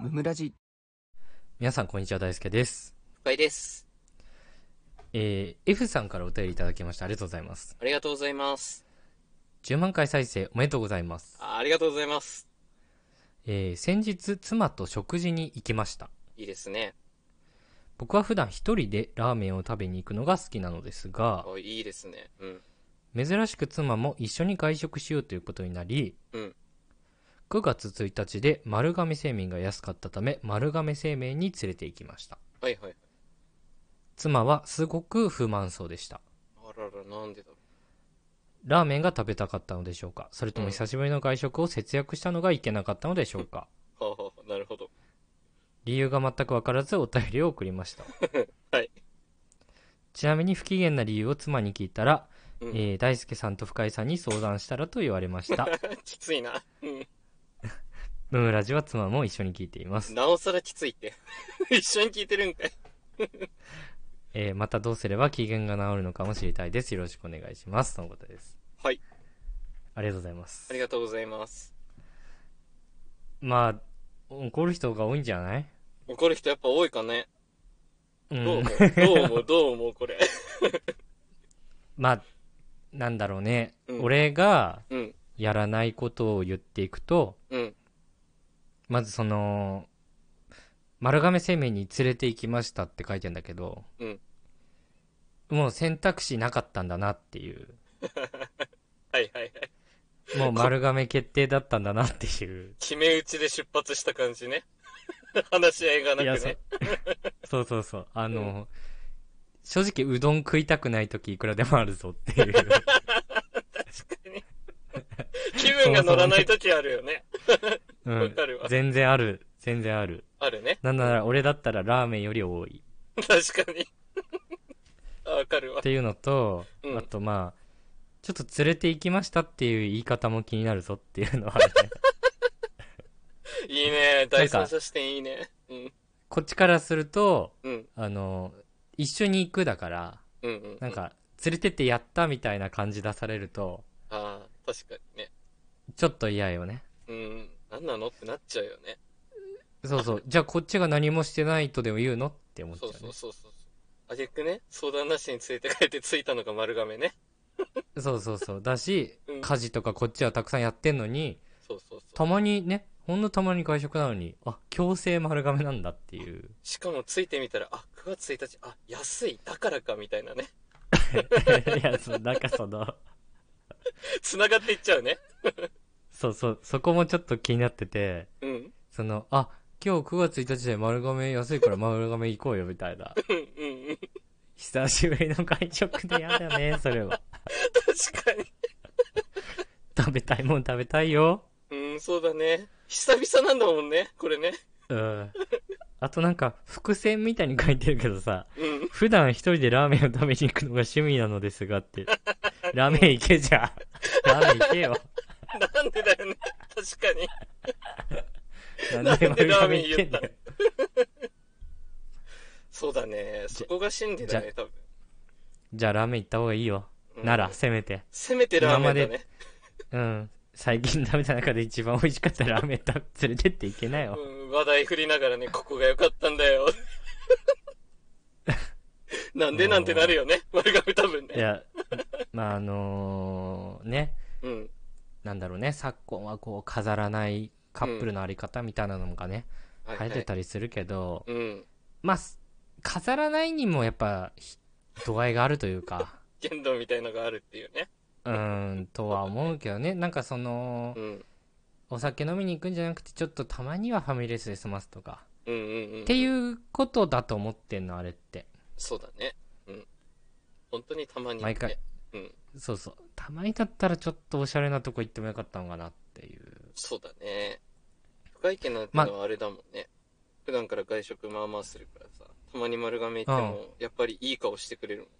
ムムラジ皆さんこんにちは大輔です、深井です。えー、F さんからお便りいただきましたありがとうございますありがとうございます。 10万回再生おめでとうございます、あありがとうございます。えー、先日妻と食事に行きましたいいですね。僕は普段一人でラーメンを食べに行くのが好きなのですがあいいですね。うん。珍しく妻も一緒に外食しようということになり、うん9月1日で丸亀製麺が安かったため丸亀製麺に連れて行きましたはいはい。妻はすごく不満そうでしたあらら、なんでだろラーメンが食べたかったのでしょうかそれともうん久しぶりの外食を節約したのがいけなかったのでしょう か、う。はあ、はあ、なるほど。理由が全く分からずお便りを送りました はいちなみに不機嫌な理由を妻に聞いたら、うんえー大輔さんと深井さんに相談したらと言われま したきついな。うん。ムムラジは妻も一緒に聞いています、なおさらきついって。 一緒に聞いてるんかい。えーまたどうすれば機嫌が治るのかも知りたいですよろしくお願いしますとのことですはい。ありがとうございますありがとうございます。まあ怒る人が多いんじゃない怒る人やっぱ多いかね。うどう思んうどう思 うどう思うこれ。まあなんだろうね、うん俺がうん。やらないことを言っていくとうん。まずその丸亀製麺に連れて行きましたって書いてんだけど、うんもう選択肢なかったんだなって いうはいはいはい。もう丸亀決定だったんだなっていう決め打ちで出発した感じね。 話し合いがいやなくそね。そう そうそうあの、う正直うどん食いたくない時いくらでもあるぞって いう気分が乗らない時あるよね。うんわかるわ全然ある全然あるあるね。なんなら俺だったらラーメンより多い確かに。あわかるわっ。ていうのと、うんあとまあちょっと連れて行きましたっていう言い方も気になるぞっていうの はあるねいいね。第三者視点いいね。うん。こっちからすると、うん。あの、一緒に行くだから、うんうん。なん。か、連れてってやったみたいな感じ出されると、ああ、確かにね。ちょっと嫌よね。うん。なんなのってなっちゃうよね。そう そう。じゃあこっちが何もしてないとでも言うのって思っちゃそううね。そうそうそう。あげくね、相談なしに連れて帰って着いたのが丸亀ね。そうそうそう。だしう、ん家事とかこっちはたくさんやってんのに、そうそうそたう。まにね、ほんのたまに外食なのに、あ、強制丸亀なんだって いう。しかも着いてみたら、あ、9月1日、あ、安い、だからか、みたいなね。 いや、そう、なんかその、繋がっていっちゃうね。そうそう、そこもちょっと気になってて、うん。その、あ、今日9月1日で丸亀安いから丸亀行こうよみたいな。 うんうんうん。久しぶりの外食でやだね、それは。確かに。食べたいもん食べたいよ。うん、そうだね。久々なんだもんね、これね。うん。あとなんか、伏線みたいに書いてるけどさ、うん。普段一人でラーメンを食べに行くのが趣味なのですがって。ラーメン行けじゃん。ラーメン行けよ。なんでだよね。確かに。なんで丸亀行けんなんでラーメン言っだたよの。そうだね。そこが真理だね、多分。じゃあラーメン行った方がいいよ。うんなら、せめて。せめてラーメンだね。うん。最近食べた中で一番美味しかったラーメン食べ連れてって行けなよ。うん、話題振りながらね、ここが良かったんだよ。なんでなんてなるよね。丸亀多 分いね。や、まああのー、ね。うん。なんだろうね昨今はこう飾らないカップルのあり方みたいなのがね、はいは流い行ってたりするけど、うん。まあす飾らないにもやっぱひ度合いがあるという か剣道みたいのがあるっていうね。うーんとは思うけどねなんかそのうん。お酒飲みに行くんじゃなくてちょっとたまにはファミレスで済ますとか、うんうんうん。。っていううことだと思ってんのあれってそうだね。うん。本当にたまに、ね。毎回。うん。そうそうたまにだったらちょっとおしゃれなとこ行ってもよかったのかなっていうそうだね。深井家なんてのはあれだもんね。普段から外食まあまあするからさ。たまに丸亀行っても、やっぱりいい顔してくれるもんね。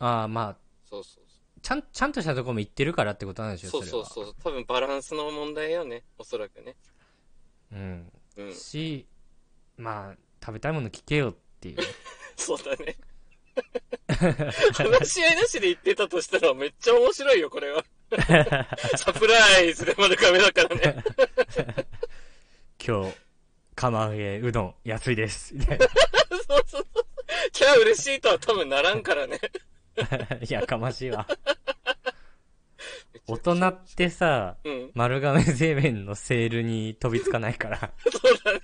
ああまあそうそうそう。ちゃんちゃんとしたとこも行ってるからってことなんでしょそうれそうはそう。多分バランスの問題よね。おそらくね。うん うん。し、まあ、食べたいもの聞けよっていう。そうだ ね。話し合いなしで言ってたとしたらめっちゃ面白いよ、これは。サプライズで丸亀だからね。今日、釜揚げうどん安いです。 みたいなそうそうそう。キャー嬉しいとは多分ならんからね。やかましいわ。大人ってさ、うん。丸亀製麺のセールに飛びつかないから。そうだね。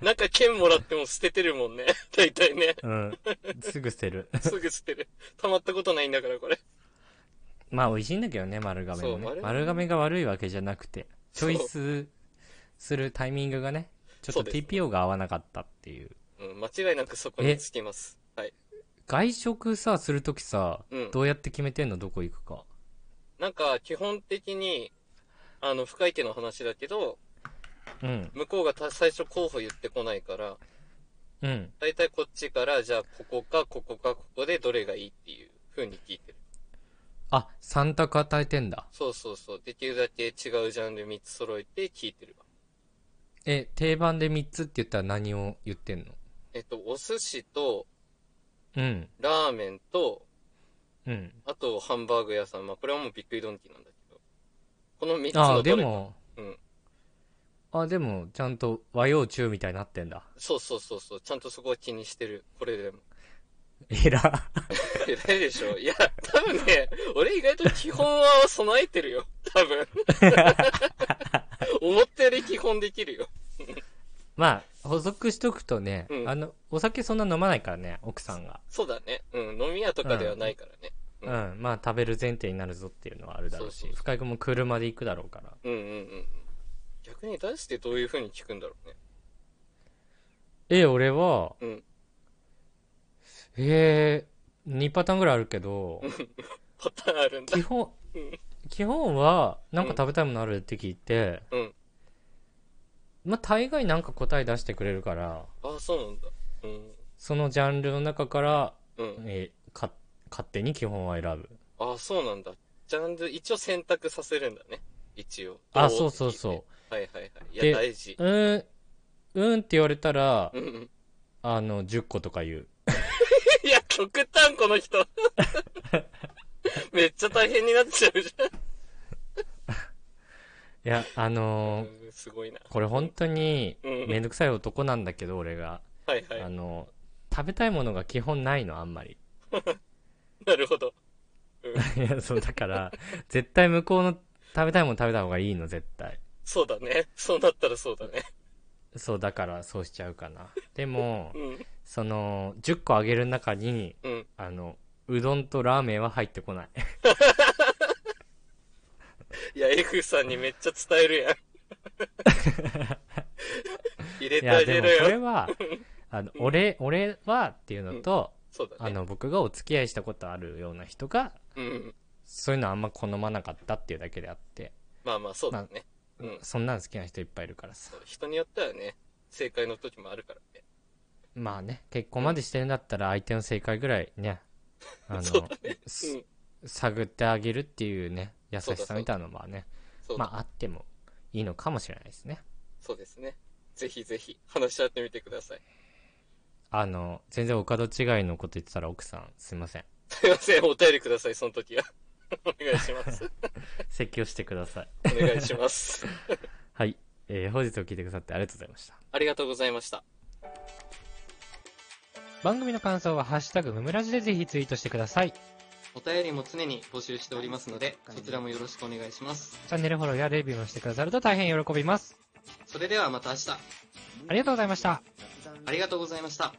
なんか券もらっても捨ててるもんね。大体ね。うん。すぐ捨てる。すぐ捨てる。溜まったことないんだから、これ。まあ美味しいんだけどね、丸亀もそう丸ね。亀丸亀が悪いわけじゃなくて、チョイスするタイミングがね、ちょそっうとです TPO が合わなかったっていう。うん、間違いなくそこにつきます。はい。外食さ、するときさ、うんどうやって決めてんのどこ行くか。なんか、基本的に、あの、深い手の話だけど、うん。向こうがた最初候補言ってこないから、うん。大体こっちから、じゃあ、ここか、ここか、ここでどれがいいっていう風に聞いてる。あ、3択与えてんだ。そうそうそう。できるだけ違うジャンル3つ揃えて聞いてるわ。え、定番で3つって言ったら何を言ってんのえっと、お寿司と、うん。ラーメンと、うん。あと、ハンバーグ屋さん。まあ、これはもうびっくりドンキーなんだけど。この3つあのあ、でどれか。も、うん。あ、でも、ちゃんと和洋中みたいになってんだ。 そうそうそうそう。ちゃんとそこは気にしてる。これでも。えら。えないでしょ。いや、多分ね、俺意外と基本は備えてるよ。多 分。思ったより基本できるよ。まあ、補足しとくとね、うんあの、お酒そんな飲まないからね、奥さんが。そうだね。うん。飲み屋とかではないからね。う、うんまあ食べる前提になるぞっていうのはあるだろうそうしそう、そう深井君も車で行くだろうから。うんうんうん。逆に出してどういう風に聞くんだろうね。え、俺は、うんえー、2パターンぐらいあるけど、パターンあるんだ基。本うん、基本は、なんか食べたいものあるって聞いて、うんまあ大概なんか答え出してくれるから、ああ、そうなんだ。うん。そのジャンルの中から、うん。えーか、勝手に基本は選ぶ。ああ、そうなんだ。ジャンル、一応選択させるんだね。一応。あ、そうそううそ。はいはいはい。いでや、大事う。。うーん、うんって言われたら、うんうん。あの、10個とか言う。いや、極端、こ の人。めっちゃ大変になっちゃうじゃん。いや、あのーうんすごいな。これ本当にうんめんどくさい男なんだけど、俺が。はいあはの、食べたいものが基本ないの、あんまり。 い。なるほど。いや、そう、だから、絶対向こうの食べたいもの食べた方がいいの、絶対。そうだね。そうなったらそうだね。そう、だから、そうしちゃうかな。でもう、ん。その、10個あげる中に、うん。あの、うどんとラーメンは入ってこない。いや、F さんにめっちゃ伝えるや ん。入れいてあや、でげもろこれよ。は、あの、俺、俺はっていうのと、そうだあね。の、僕がお付き合いしたことあるような人が、うん。そういうのあんま好まなかったっていうだけであって、まあまあ、そうだね。うん。そんなの好きな人いっぱいいるからさそう。人によってはね、正解の時もあるからね。まあね、結婚までしてるんだったら相手の正解ぐらいね、あの、 そうだうすん。探ってあげるっていうね、優しさみたいなのはね、そうまだ。ああってもいいのかもしれないですね。そうですね。ぜひぜひ、話し合ってみてください。あの、全然お門違いのこと言ってたら奥さんすいませ ん。すいません、お便りください、その時は。お願いし ます。説教してください。お願いします。はい。えー本日を聞いてくださってありがとうございました。ありがとうございました。番組の感想はハッシュタグムムラジでぜひツイートしてください。チお便りも常に募集しておりますので、そちらもよろしくお願いします。ャンネルフォローやレビューもしてくださると大変喜びます。それではまた明日、ありがとうございました。ありがとうございました。